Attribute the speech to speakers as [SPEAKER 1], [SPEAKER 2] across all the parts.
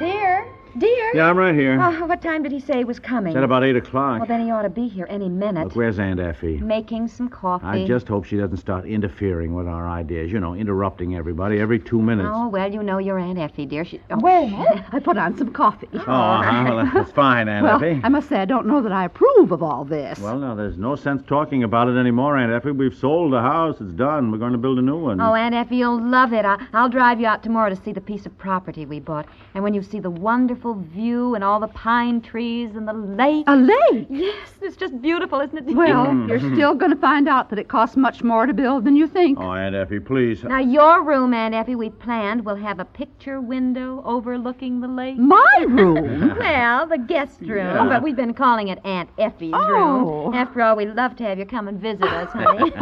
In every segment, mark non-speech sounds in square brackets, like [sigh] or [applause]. [SPEAKER 1] Dear, dear.
[SPEAKER 2] Yeah, I'm right here.
[SPEAKER 1] Uh, what time did he say he was coming?
[SPEAKER 2] It's at about 8
[SPEAKER 1] Well,
[SPEAKER 2] o'clock.
[SPEAKER 1] then he ought to be here any minute.
[SPEAKER 2] Look, where's Aunt Effie?
[SPEAKER 1] Making some coffee.
[SPEAKER 2] I just hope she doesn't start interfering with our ideas. You know, interrupting everybody every two minutes.
[SPEAKER 1] Oh, well, you know your Aunt Effie, dear. She. Oh,
[SPEAKER 3] Well, I put on some coffee.
[SPEAKER 2] Oh, uh-huh. Well, that's fine, Aunt
[SPEAKER 3] well,
[SPEAKER 2] Effie.
[SPEAKER 3] I must say I don't know that I approve of all this.
[SPEAKER 2] Well, now, there's no sense talking about it anymore, Aunt Effie. We've sold the house. It's done. We're going to build a new one.
[SPEAKER 1] Oh, Aunt Effie, you'll love it. I, I'll drive you out tomorrow to see the piece of property we bought. And when you see the wonderful view and all the pine trees and the lake.
[SPEAKER 3] a lake.
[SPEAKER 1] yes, it's just beautiful, isn't it? dear?
[SPEAKER 3] Well,
[SPEAKER 2] Mm-hmm.
[SPEAKER 3] you're still going to find out that it costs much more to build than you think.
[SPEAKER 2] Oh, Aunt Effie, please.
[SPEAKER 1] Now, your room, Aunt Effie, we planned will have a picture window overlooking the lake.
[SPEAKER 3] My
[SPEAKER 2] Uh-huh.
[SPEAKER 3] room. [laughs]
[SPEAKER 1] Well, the guest room, Oh, but we've been calling it Aunt Effie's
[SPEAKER 3] Oh.
[SPEAKER 1] room. After all, we'd love to have you come and visit us,
[SPEAKER 2] [laughs]
[SPEAKER 1] honey.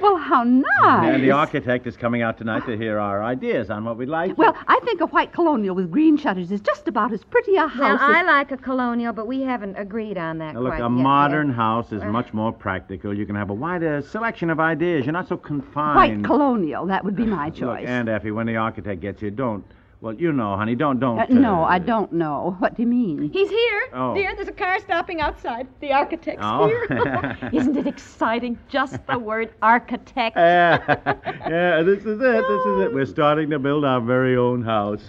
[SPEAKER 3] well, how nice.
[SPEAKER 2] And the architect is coming out tonight to hear our ideas on what we'd like.
[SPEAKER 3] Well, I think a white colonial with green shutters is just about as pretty a
[SPEAKER 1] well,
[SPEAKER 3] house
[SPEAKER 1] I
[SPEAKER 3] as...
[SPEAKER 1] like a colonial, but we haven't agreed on that
[SPEAKER 2] Now, look,
[SPEAKER 1] quite
[SPEAKER 2] a
[SPEAKER 1] yet,
[SPEAKER 2] modern
[SPEAKER 1] dear.
[SPEAKER 2] house is much more practical. You can have a wider selection of ideas. You're not so confined.
[SPEAKER 3] White colonial, that would be my
[SPEAKER 2] Look,
[SPEAKER 3] choice.
[SPEAKER 2] Aunt Effie, when the architect gets here, don't. Well, you know, honey, don't, don't.
[SPEAKER 3] Uh, no,
[SPEAKER 2] uh,
[SPEAKER 3] I don't know. What do you mean?
[SPEAKER 4] He's here.
[SPEAKER 2] Oh.
[SPEAKER 4] Dear, there's a car stopping outside. The architect's
[SPEAKER 2] [laughs]
[SPEAKER 4] [laughs]
[SPEAKER 2] Oh. [laughs]
[SPEAKER 4] here.
[SPEAKER 1] Isn't it exciting? Just the word architect.
[SPEAKER 2] Uh, yeah, yeah, this is it. This is it. We're starting to build our very own house.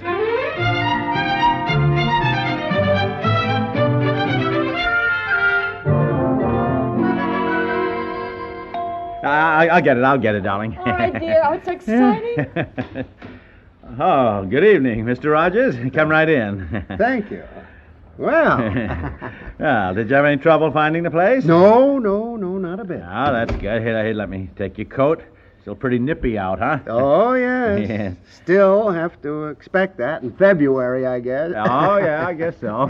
[SPEAKER 2] I, I- I'll get it. I'll get it, darling.
[SPEAKER 4] All right, dear. Oh,
[SPEAKER 2] [laughs]
[SPEAKER 4] it's so exciting.
[SPEAKER 2] oh, good evening, Mr. Rogers. Come right in.
[SPEAKER 5] [laughs] Thank you.
[SPEAKER 2] [laughs]
[SPEAKER 5] Well,
[SPEAKER 2] well, Ah, did you have any trouble finding the place?
[SPEAKER 5] no, no, no, not a bit.
[SPEAKER 2] Oh, that's good. Here, here, let me take your coat. Still pretty nippy out, huh?
[SPEAKER 5] Oh,
[SPEAKER 2] [laughs]
[SPEAKER 5] yes.
[SPEAKER 2] Yes.
[SPEAKER 5] Still have to expect that in February, I guess.
[SPEAKER 2] Oh, yeah, I guess
[SPEAKER 5] [laughs]
[SPEAKER 2] so.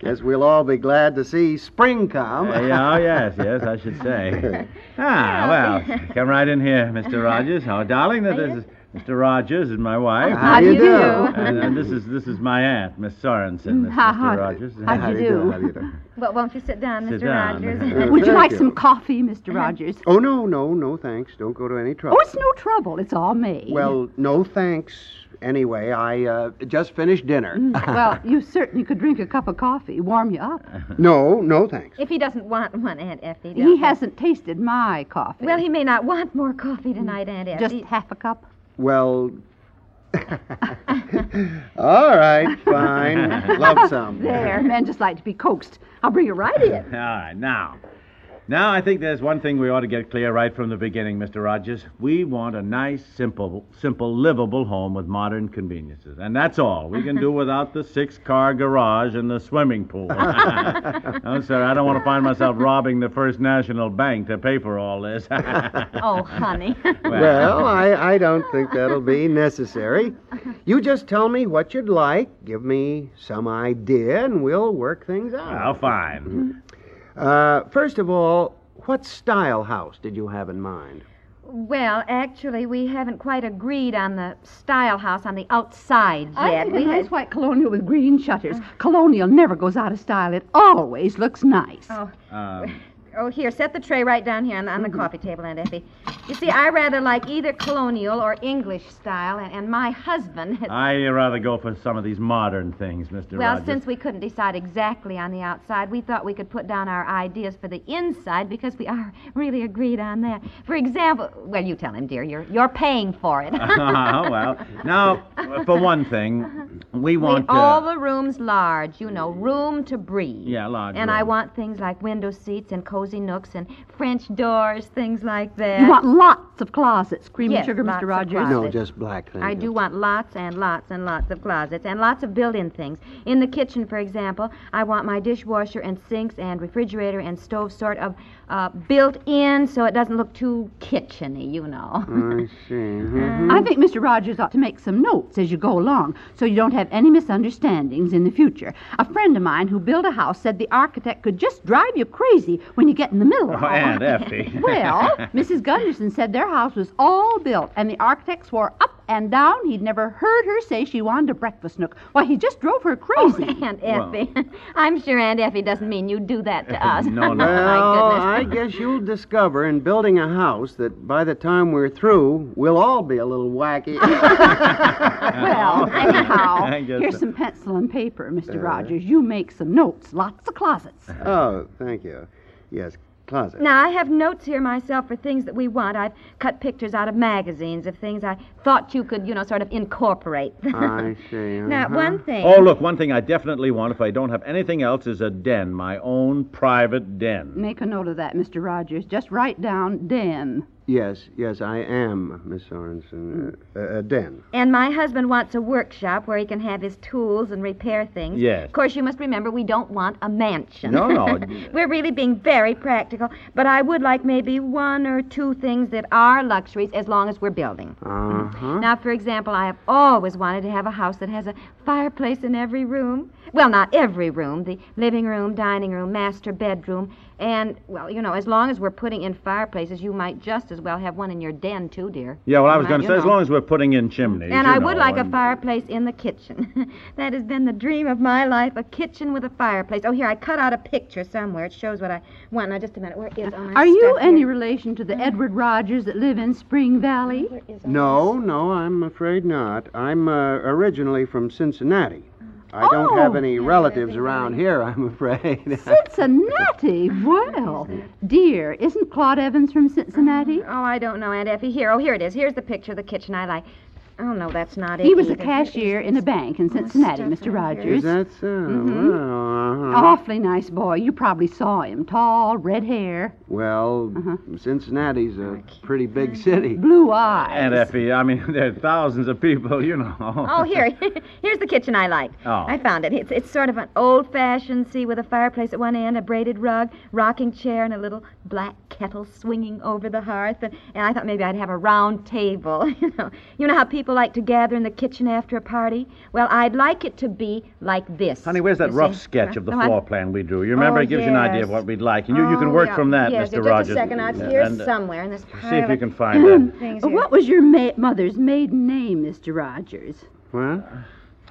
[SPEAKER 5] guess we'll all be glad to see spring come.
[SPEAKER 2] yeah, oh, yes, yes, I should
[SPEAKER 5] [laughs]
[SPEAKER 2] say. Ah, well, come right in here, Mr. Rogers. Oh, darling, this is Mr. Rogers is my wife.
[SPEAKER 5] How do you do?
[SPEAKER 2] [laughs] And, uh, and this is this is my aunt, Miss Sorensen, Miss-
[SPEAKER 3] Hi, hi.
[SPEAKER 2] Mr. Rogers.
[SPEAKER 3] How do you do?
[SPEAKER 5] How do you do?
[SPEAKER 1] Well, won't you sit down, Mr.
[SPEAKER 2] Sit down.
[SPEAKER 1] [laughs] Rogers?
[SPEAKER 5] Uh,
[SPEAKER 3] Would you like
[SPEAKER 5] thank
[SPEAKER 3] some coffee, Mr. Rogers?
[SPEAKER 5] Oh, no, no, no, thanks. Don't go to any trouble.
[SPEAKER 3] Oh, it's no trouble. It's all me.
[SPEAKER 5] Well, no thanks. Anyway, I uh, just finished dinner.
[SPEAKER 3] Mm, well, you certainly could drink a cup of coffee, warm you up.
[SPEAKER 5] No, no thanks.
[SPEAKER 1] if he doesn't want one, Aunt Effie.
[SPEAKER 3] He
[SPEAKER 1] don't-
[SPEAKER 3] hasn't tasted my coffee.
[SPEAKER 1] Well, he may not want more coffee tonight, Aunt
[SPEAKER 3] just
[SPEAKER 1] Effie.
[SPEAKER 3] half a cup.
[SPEAKER 5] Well, [laughs] all right,
[SPEAKER 2] [laughs]
[SPEAKER 5] fine. Love some.
[SPEAKER 3] [laughs] There, men just like to be coaxed. I'll bring you right in.
[SPEAKER 2] All right, Ah, now. Now, I think there's one thing we ought to get clear right from the beginning, Mr. Rogers. We want a nice, simple, simple, livable home with modern conveniences. And that's all. We can do without the six car garage and the swimming pool. no, sir, I don't want to find myself robbing the First National Bank to pay for all this. [laughs]
[SPEAKER 1] Oh, honey.
[SPEAKER 5] Well, I, I don't think that'll be necessary. You just tell me what you'd like, give me some idea, and we'll work things out.
[SPEAKER 2] well, fine.
[SPEAKER 5] Uh, first of all, what style house did you have in mind?
[SPEAKER 1] Well, actually, we haven't quite agreed on the style house on the outside yet.
[SPEAKER 3] I think a
[SPEAKER 1] we
[SPEAKER 3] nice white colonial with green shutters.
[SPEAKER 1] Uh-huh.
[SPEAKER 3] Colonial never goes out of style. It always looks nice.
[SPEAKER 1] Oh.
[SPEAKER 2] Um,
[SPEAKER 1] Oh, here, set the tray right down here on the, on the
[SPEAKER 3] Mm-hmm.
[SPEAKER 1] coffee table, Aunt Effie. You see, I rather like either colonial or English style, and, and my husband has.
[SPEAKER 2] I'd rather go for some of these modern things, Mr.
[SPEAKER 1] well,
[SPEAKER 2] Rogers. [laughs]
[SPEAKER 1] since we couldn't decide exactly on the outside, we thought we could put down our ideas for the inside because we are really agreed on that. For example, well,
[SPEAKER 2] [laughs] Ah,
[SPEAKER 1] you tell him, dear, you're, you're paying for it.
[SPEAKER 2] well, now, for one thing, We
[SPEAKER 1] [laughs]
[SPEAKER 2] want
[SPEAKER 1] we, all
[SPEAKER 2] uh,
[SPEAKER 1] the rooms large, you know, room to breathe.
[SPEAKER 2] Yeah, large
[SPEAKER 1] And I
[SPEAKER 2] room.
[SPEAKER 1] want things like window seats and cozy nooks and French doors, things like that.
[SPEAKER 3] You want lots of closets, cream
[SPEAKER 1] Yes,
[SPEAKER 3] and sugar,
[SPEAKER 1] lots
[SPEAKER 3] Mr.
[SPEAKER 1] of
[SPEAKER 3] Rogers.
[SPEAKER 1] closets.
[SPEAKER 5] No, just black things.
[SPEAKER 1] I do want lots and lots and lots of closets and lots of built-in things. In the kitchen, for example, I want my dishwasher and sinks and refrigerator and stove sort of uh, built-in, so it doesn't look too kitcheny, you know. [laughs]
[SPEAKER 5] I see. mhm.
[SPEAKER 3] I think Mr. Rogers ought to make some notes as you go along so you don't have any misunderstandings in the future. A friend of mine who built a house said the architect could just drive you crazy when you get in the middle
[SPEAKER 2] [laughs]
[SPEAKER 3] of
[SPEAKER 2] Oh,
[SPEAKER 1] [laughs]
[SPEAKER 3] all
[SPEAKER 2] Aunt
[SPEAKER 3] that.
[SPEAKER 2] Effie. [laughs]
[SPEAKER 3] Well, Mrs. Gunderson said their house was all built, and the architect swore up and down he'd never heard her say she wanted a breakfast nook. Why, he just drove her crazy.
[SPEAKER 2] Oh,
[SPEAKER 1] Aunt Effie. I'm sure Aunt Effie doesn't mean you do that to us. [laughs]
[SPEAKER 2] No, no.
[SPEAKER 5] Well,
[SPEAKER 1] Oh, My
[SPEAKER 5] I
[SPEAKER 1] goodness.
[SPEAKER 5] guess you'll discover in building a house that by the time we're through, we'll all be a
[SPEAKER 1] [laughs]
[SPEAKER 5] little wacky.
[SPEAKER 3] well,
[SPEAKER 2] [laughs]
[SPEAKER 3] anyhow,
[SPEAKER 2] I guess
[SPEAKER 3] here's
[SPEAKER 2] so. Uh-huh.
[SPEAKER 3] some pencil and paper, Mr. Rogers. You make some notes, lots of closets.
[SPEAKER 5] oh, thank you. Yes, closet.
[SPEAKER 1] Now, I have notes here myself for things that we want. I've cut pictures out of magazines of things I thought you could, you know, sort of incorporate. [laughs]
[SPEAKER 5] I see.
[SPEAKER 1] now,
[SPEAKER 5] uh-huh.
[SPEAKER 1] one thing.
[SPEAKER 2] Oh, look, one thing I definitely want, if I don't have anything else, is a den, my own private den.
[SPEAKER 1] Mm,
[SPEAKER 3] Make a note of that, Mr. Rogers. Just write down den.
[SPEAKER 5] Yes, yes, I am, Miss Sorensen. Uh, uh, den.
[SPEAKER 1] And my husband wants a workshop where he can have his tools and repair things.
[SPEAKER 2] Yes.
[SPEAKER 1] Of course, you must remember we don't want a mansion.
[SPEAKER 2] No, no.
[SPEAKER 1] [laughs] We're really being very practical, but I would like maybe one or two things that are luxuries as long as we're building.
[SPEAKER 5] Uh
[SPEAKER 2] Uh-huh.
[SPEAKER 5] huh.
[SPEAKER 1] Now, for example, I have always wanted to have a house that has a fireplace in every room. Well, not every room the living room, dining room, master bedroom. And, well, you know, as long as we're putting in fireplaces, you might just as well have one in your den, too, dear.
[SPEAKER 2] Yeah, well, I was
[SPEAKER 1] Might,
[SPEAKER 2] going to
[SPEAKER 1] you
[SPEAKER 2] say, as
[SPEAKER 1] know.
[SPEAKER 2] long as we're putting in chimneys.
[SPEAKER 1] And
[SPEAKER 2] you
[SPEAKER 1] I would
[SPEAKER 2] know, [laughs]
[SPEAKER 1] like a
[SPEAKER 2] and-
[SPEAKER 1] fireplace in the kitchen. [laughs] that has been the dream of my life, a kitchen with a fireplace. Oh, here, I cut out a picture somewhere. It shows what I want. Now, just a minute. Where is all my
[SPEAKER 3] Are you
[SPEAKER 1] stuff here?
[SPEAKER 3] any relation to the Edward Rogers that live in Spring Valley?
[SPEAKER 5] No, no, I'm afraid not. I'm uh, originally from Cincinnati. I don't have
[SPEAKER 3] Oh.
[SPEAKER 5] any relatives around here, I'm afraid. [laughs]
[SPEAKER 3] Cincinnati? Well, dear, isn't Claude Evans from Cincinnati?
[SPEAKER 1] Oh, I don't know, Aunt Effie. Here, oh, here it is. Here's the picture of the kitchen I like. Oh, no, that's not it.
[SPEAKER 3] He was a
[SPEAKER 1] either.
[SPEAKER 3] cashier in a bank in Cincinnati, Mr.
[SPEAKER 5] Is
[SPEAKER 3] Rogers.
[SPEAKER 5] that so? Well, uh-huh.
[SPEAKER 3] Awfully nice boy. You probably saw him. Tall, red hair,
[SPEAKER 5] Well, Cincinnati's a pretty big city.
[SPEAKER 3] blue eyes.
[SPEAKER 2] Aunt Effie, I mean, [laughs] there are thousands of people, you know.
[SPEAKER 1] Oh, here. [laughs] Here's the kitchen I like.
[SPEAKER 2] Oh.
[SPEAKER 1] I found it. It's, it's sort of an old fashioned, see, with a fireplace at one end, a braided rug, rocking chair, and a little black kettle swinging over the hearth. And, and I thought maybe I'd have a round table. [laughs] you know, you know how people like to gather in the kitchen after a party? Well, I'd like it to be like this.
[SPEAKER 2] [laughs] Honey, where's that
[SPEAKER 1] you
[SPEAKER 2] rough
[SPEAKER 1] see?
[SPEAKER 2] sketch of the
[SPEAKER 1] No, I-
[SPEAKER 2] floor plan we drew? You remember
[SPEAKER 1] Oh,
[SPEAKER 2] it gives you an idea of
[SPEAKER 1] yes.
[SPEAKER 2] what we'd like, and you, you can
[SPEAKER 1] Oh,
[SPEAKER 2] work
[SPEAKER 1] yeah.
[SPEAKER 2] from that,
[SPEAKER 1] yes,
[SPEAKER 2] Mr.
[SPEAKER 1] Just
[SPEAKER 2] Rogers.
[SPEAKER 1] a second. It's
[SPEAKER 2] Yeah,
[SPEAKER 1] here
[SPEAKER 2] and, uh,
[SPEAKER 1] somewhere in this
[SPEAKER 2] See if
[SPEAKER 1] pile
[SPEAKER 2] you
[SPEAKER 1] of
[SPEAKER 2] can find
[SPEAKER 1] [coughs]
[SPEAKER 2] that.
[SPEAKER 1] things here.
[SPEAKER 3] What was your ma- mother's maiden name, Mr. Rogers?
[SPEAKER 5] What?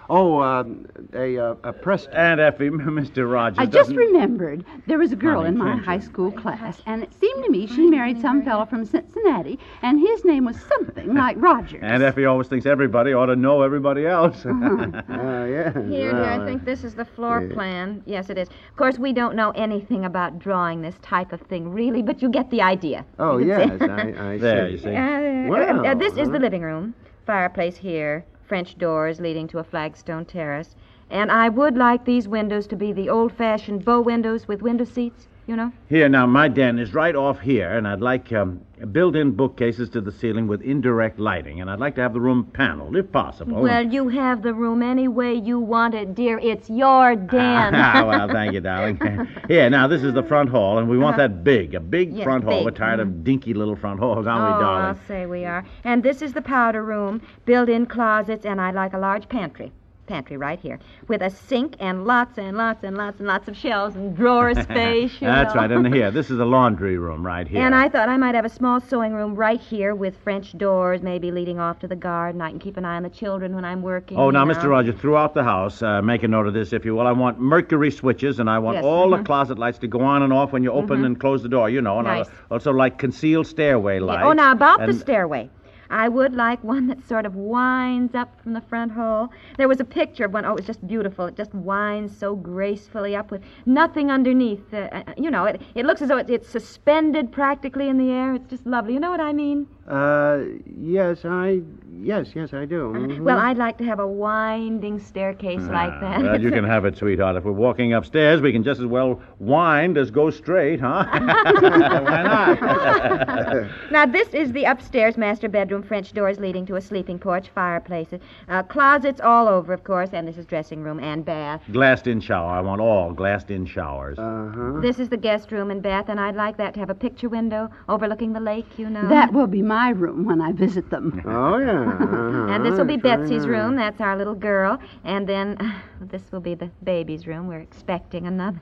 [SPEAKER 5] Oh, um, a, uh, a Preston.
[SPEAKER 2] Aunt Effie, [laughs] Mr. Rogers.
[SPEAKER 3] I just
[SPEAKER 2] doesn't-
[SPEAKER 3] remembered there was a girl
[SPEAKER 2] Honey,
[SPEAKER 3] in my
[SPEAKER 2] can't
[SPEAKER 3] high
[SPEAKER 2] you?
[SPEAKER 3] school class, and it seemed to me she married some fellow from Cincinnati, and his name was something like Rogers.
[SPEAKER 2] Aunt Effie always thinks everybody ought to know everybody
[SPEAKER 1] [laughs]
[SPEAKER 2] else.
[SPEAKER 1] Uh-huh.
[SPEAKER 5] Oh, yeah.
[SPEAKER 1] Here,
[SPEAKER 5] well,
[SPEAKER 1] dear, I
[SPEAKER 5] uh,
[SPEAKER 1] think this is the floor plan. Yes, it is. Of course, we don't know anything about drawing this type of thing, really, but you get the idea.
[SPEAKER 5] Oh,
[SPEAKER 1] You can
[SPEAKER 5] yes,
[SPEAKER 1] see.
[SPEAKER 5] I,
[SPEAKER 2] [laughs]
[SPEAKER 5] I
[SPEAKER 2] there,
[SPEAKER 5] see.
[SPEAKER 2] you see.
[SPEAKER 1] Uh,
[SPEAKER 5] Wow,
[SPEAKER 1] uh, uh, this is
[SPEAKER 5] huh?
[SPEAKER 1] the living room. Fireplace here, French doors leading to a flagstone terrace. And I would like these windows to be the old fashioned bow windows with window seats, you know?
[SPEAKER 2] Here, now, my den is right off here, and I'd like um, built in bookcases to the ceiling with indirect lighting, and I'd like to have the room paneled, if
[SPEAKER 5] Oh,
[SPEAKER 2] possible.
[SPEAKER 1] Well, you have the room any way you want it, dear. It's your
[SPEAKER 5] [laughs]
[SPEAKER 1] den.
[SPEAKER 2] [laughs] Ah, well, thank
[SPEAKER 1] [laughs]
[SPEAKER 2] you, darling. Here, now, this is the front hall, and we want that big, a big
[SPEAKER 1] Uh-huh. Yes,
[SPEAKER 2] front hall.
[SPEAKER 1] big. Mm-hmm.
[SPEAKER 2] We're tired of dinky little front halls, aren't
[SPEAKER 1] Oh,
[SPEAKER 2] we,
[SPEAKER 1] I'll
[SPEAKER 2] darling?
[SPEAKER 1] say we are. And this is the powder room, built-in closets, and I'd like a large pantry. Pantry right here, with a sink and lots and lots and lots and lots of shelves and
[SPEAKER 2] [laughs]
[SPEAKER 1] drawer space. you
[SPEAKER 2] That's
[SPEAKER 1] know.
[SPEAKER 2] right, and here, this is the laundry room right here.
[SPEAKER 1] And I thought I might have a small sewing room right here with French doors, maybe leading off to the garden. I can keep an eye on the children when I'm working.
[SPEAKER 2] Oh,
[SPEAKER 1] you
[SPEAKER 2] now,
[SPEAKER 1] know.
[SPEAKER 2] Mr. Rogers, throughout the house, uh, make a note of this, if you will. I want mercury switches, and I want
[SPEAKER 1] Yes, uh-huh. Mm-hmm.
[SPEAKER 2] all the closet lights to go on and off when you open and close the door, you know. And I
[SPEAKER 1] Nice.
[SPEAKER 2] also like concealed stairway lights.
[SPEAKER 1] Oh, now about the
[SPEAKER 2] and-
[SPEAKER 1] stairway. I would like one that sort of winds up from the front hole. There was a picture of one, oh, it was just beautiful. It just winds so gracefully up with nothing underneath. Uh, uh, you know, it, it looks as though it, it's suspended practically in the air. It's just lovely. You know what I mean?
[SPEAKER 2] Mm-hmm.
[SPEAKER 5] Uh, yes, I, yes, yes, I do. Mhm.
[SPEAKER 1] Well, I'd like to have a winding staircase like that. [laughs]
[SPEAKER 2] Well, you can have it, sweetheart. If we're walking upstairs, we can just as well wind as go straight, huh?
[SPEAKER 1] [laughs]
[SPEAKER 2] Why not?
[SPEAKER 1] Now, this is the upstairs master bedroom, French doors leading to a sleeping porch, fireplaces, uh, closets all over, of course, and this is dressing room and bath.
[SPEAKER 2] glassed in shower. I want all glassed in showers.
[SPEAKER 5] Uh-huh.
[SPEAKER 1] This is the guest room and bath, and I'd like that to have a picture window overlooking the lake, you know.
[SPEAKER 3] That will be my room when I visit them.
[SPEAKER 5] Oh, yeah. uh-huh,
[SPEAKER 1] And this will be
[SPEAKER 5] sure
[SPEAKER 1] Betsy's
[SPEAKER 5] enough.
[SPEAKER 1] room. That's our little girl. And then [laughs] this will be the baby's room. We're expecting another.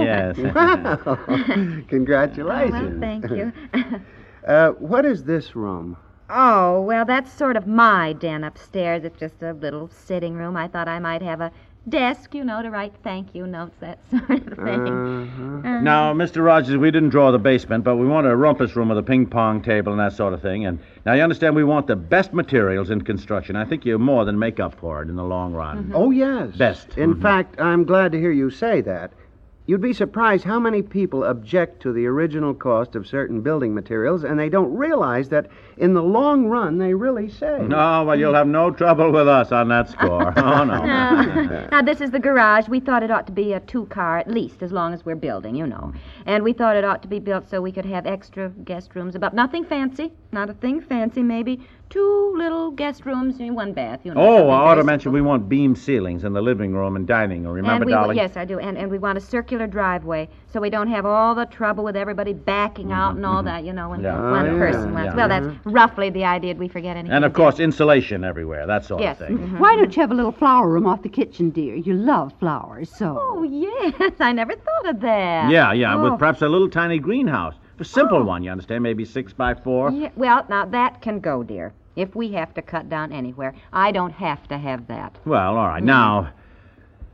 [SPEAKER 1] [laughs]
[SPEAKER 2] yes.
[SPEAKER 5] Wow.
[SPEAKER 1] well,
[SPEAKER 5] [laughs] Congratulations.
[SPEAKER 1] thank you.
[SPEAKER 5] Uh, what is this room?
[SPEAKER 1] oh, well, that's sort of my den upstairs. It's just a little sitting room. I thought I might have a desk, you know, to write thank you notes, that [laughs] sort of thing.
[SPEAKER 5] Uh-huh.
[SPEAKER 1] Mm-hmm.
[SPEAKER 2] Now, Mr. Rogers, we didn't draw the basement, but we want a rumpus room with a ping pong table and that sort of thing. And now you understand we want the best materials in construction. I think you more than make up for it in the long run.
[SPEAKER 1] Mm-hmm.
[SPEAKER 5] Oh, yes.
[SPEAKER 2] Best. Mm-hmm.
[SPEAKER 5] In fact, I'm glad to hear you say that. You'd be surprised how many people object to the original cost of certain building materials, and they don't realize that in the long run they really save.
[SPEAKER 2] No, well, you'll have no trouble with us on
[SPEAKER 1] [laughs]
[SPEAKER 2] that score. Oh, no.
[SPEAKER 1] now, this is the garage. We thought it ought to be a two car, at least, as long as we're building, you know. And we thought it ought to be built so we could have extra guest rooms above. Nothing fancy, not a thing fancy, maybe. Two little guest rooms and one bath, you know.
[SPEAKER 2] Oh,
[SPEAKER 1] something
[SPEAKER 2] I ought
[SPEAKER 1] very
[SPEAKER 2] to mention we want beam ceilings in the living room and dining room. Remember,
[SPEAKER 1] and we,
[SPEAKER 2] darling?
[SPEAKER 1] Yes, I do. And, and we want a circular driveway so we don't have all the trouble with everybody backing out and all that, you know, when
[SPEAKER 2] Mm-hmm, Yeah.
[SPEAKER 1] one
[SPEAKER 5] Oh, yeah,
[SPEAKER 1] person wants.
[SPEAKER 2] yeah.
[SPEAKER 1] Well, that's roughly the idea. Did we forget anything?
[SPEAKER 2] And, of course, insulation everywhere, that sort
[SPEAKER 1] Yes.
[SPEAKER 2] of
[SPEAKER 1] [laughs]
[SPEAKER 2] thing.
[SPEAKER 3] Why don't you have a little flower room off the kitchen, dear? You love flowers, so.
[SPEAKER 1] Oh, yes. [laughs] I never thought of that.
[SPEAKER 2] Yeah, yeah,
[SPEAKER 1] Oh.
[SPEAKER 2] with perhaps a little tiny greenhouse. A simple one, you understand, maybe six by four.
[SPEAKER 1] Yeah, well, now that can go, dear. If we have to cut down anywhere, I don't have to have that.
[SPEAKER 2] Well, all
[SPEAKER 1] Mm.
[SPEAKER 2] right. Now,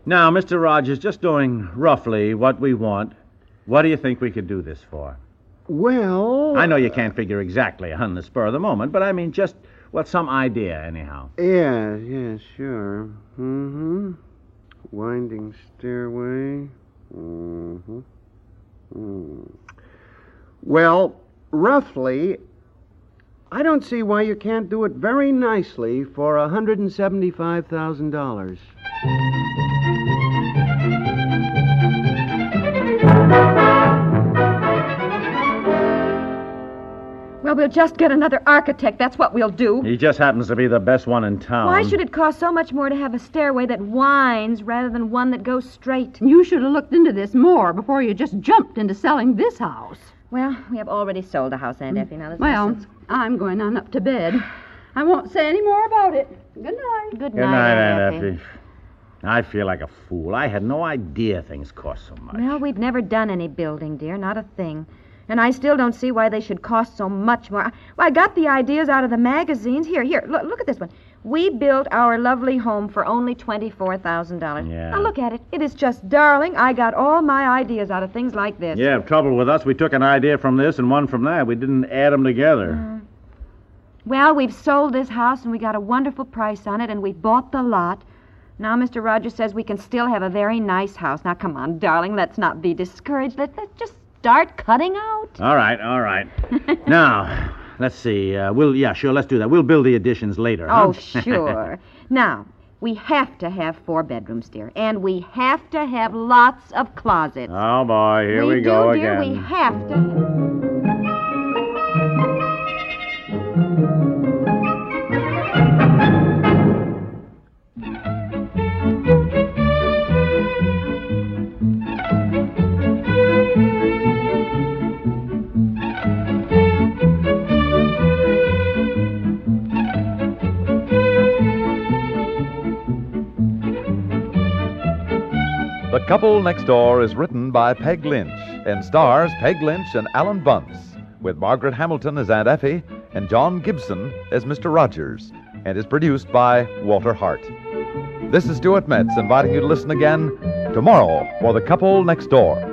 [SPEAKER 2] now, Mr. Rogers, just doing roughly what we want, what do you think we could do this for?
[SPEAKER 5] Well,
[SPEAKER 2] I know you can't figure exactly on the spur of the moment, but I mean, just, well, some idea, anyhow.
[SPEAKER 5] Yeah, yeah, sure. Mm-hmm. Winding stairway. Mm-hmm. Mm. Well, roughly, I don't see why you can't do it very nicely for a $175,000.
[SPEAKER 1] Well, we'll just get another architect. That's what we'll do.
[SPEAKER 2] He just happens to be the best one in town.
[SPEAKER 1] Why should it cost so much more to have a stairway that winds rather than one that goes straight?
[SPEAKER 3] You should have looked into this more before you just jumped into selling this house.
[SPEAKER 1] Well, we have already sold a house, Aunt Effie. Now, let's
[SPEAKER 3] Well, I'm going on up to bed. I won't say any more about it. Good night.
[SPEAKER 1] good night,
[SPEAKER 2] Good night,
[SPEAKER 1] Aunt
[SPEAKER 2] Aunt Effie. I feel like a fool. I had no idea things cost so much.
[SPEAKER 1] Well, we've never done any building, dear, not a thing. And I still don't see why they should cost so much more. I, well, I got the ideas out of the magazines. Here, here, look, look at this one. We built our lovely home for only $24,000.
[SPEAKER 2] Yeah.
[SPEAKER 1] Now, look at it. It is just darling. I got all my ideas out of things like this.
[SPEAKER 2] Yeah, trouble with us. We took an idea from this and one from that. We didn't add them together.
[SPEAKER 1] Mm. Well, we've sold this house and we got a wonderful price on it and we bought the lot. Now, Mr. Rogers says we can still have a very nice house. Now, come on, darling, let's not be discouraged. Let, let's just start cutting out.
[SPEAKER 2] All right,
[SPEAKER 1] [laughs]
[SPEAKER 2] all right. now, let's see. Uh, we'll yeah, sure. Let's do that. We'll build the additions later. huh? [laughs]
[SPEAKER 1] Oh, sure. now, we have to have four bedrooms, dear, and we have to have lots of closets.
[SPEAKER 2] Oh boy, here we,
[SPEAKER 1] do,
[SPEAKER 2] go
[SPEAKER 1] dear.
[SPEAKER 2] again.
[SPEAKER 1] We have to.
[SPEAKER 6] The Couple Next Door is written by Peg Lynch and stars Peg Lynch and Alan Bunce, with Margaret Hamilton as Aunt Effie and John Gibson as Mr. Rogers, and is produced by Walter Hart. This is Stuart Metz inviting you to listen again tomorrow for The Couple Next Door.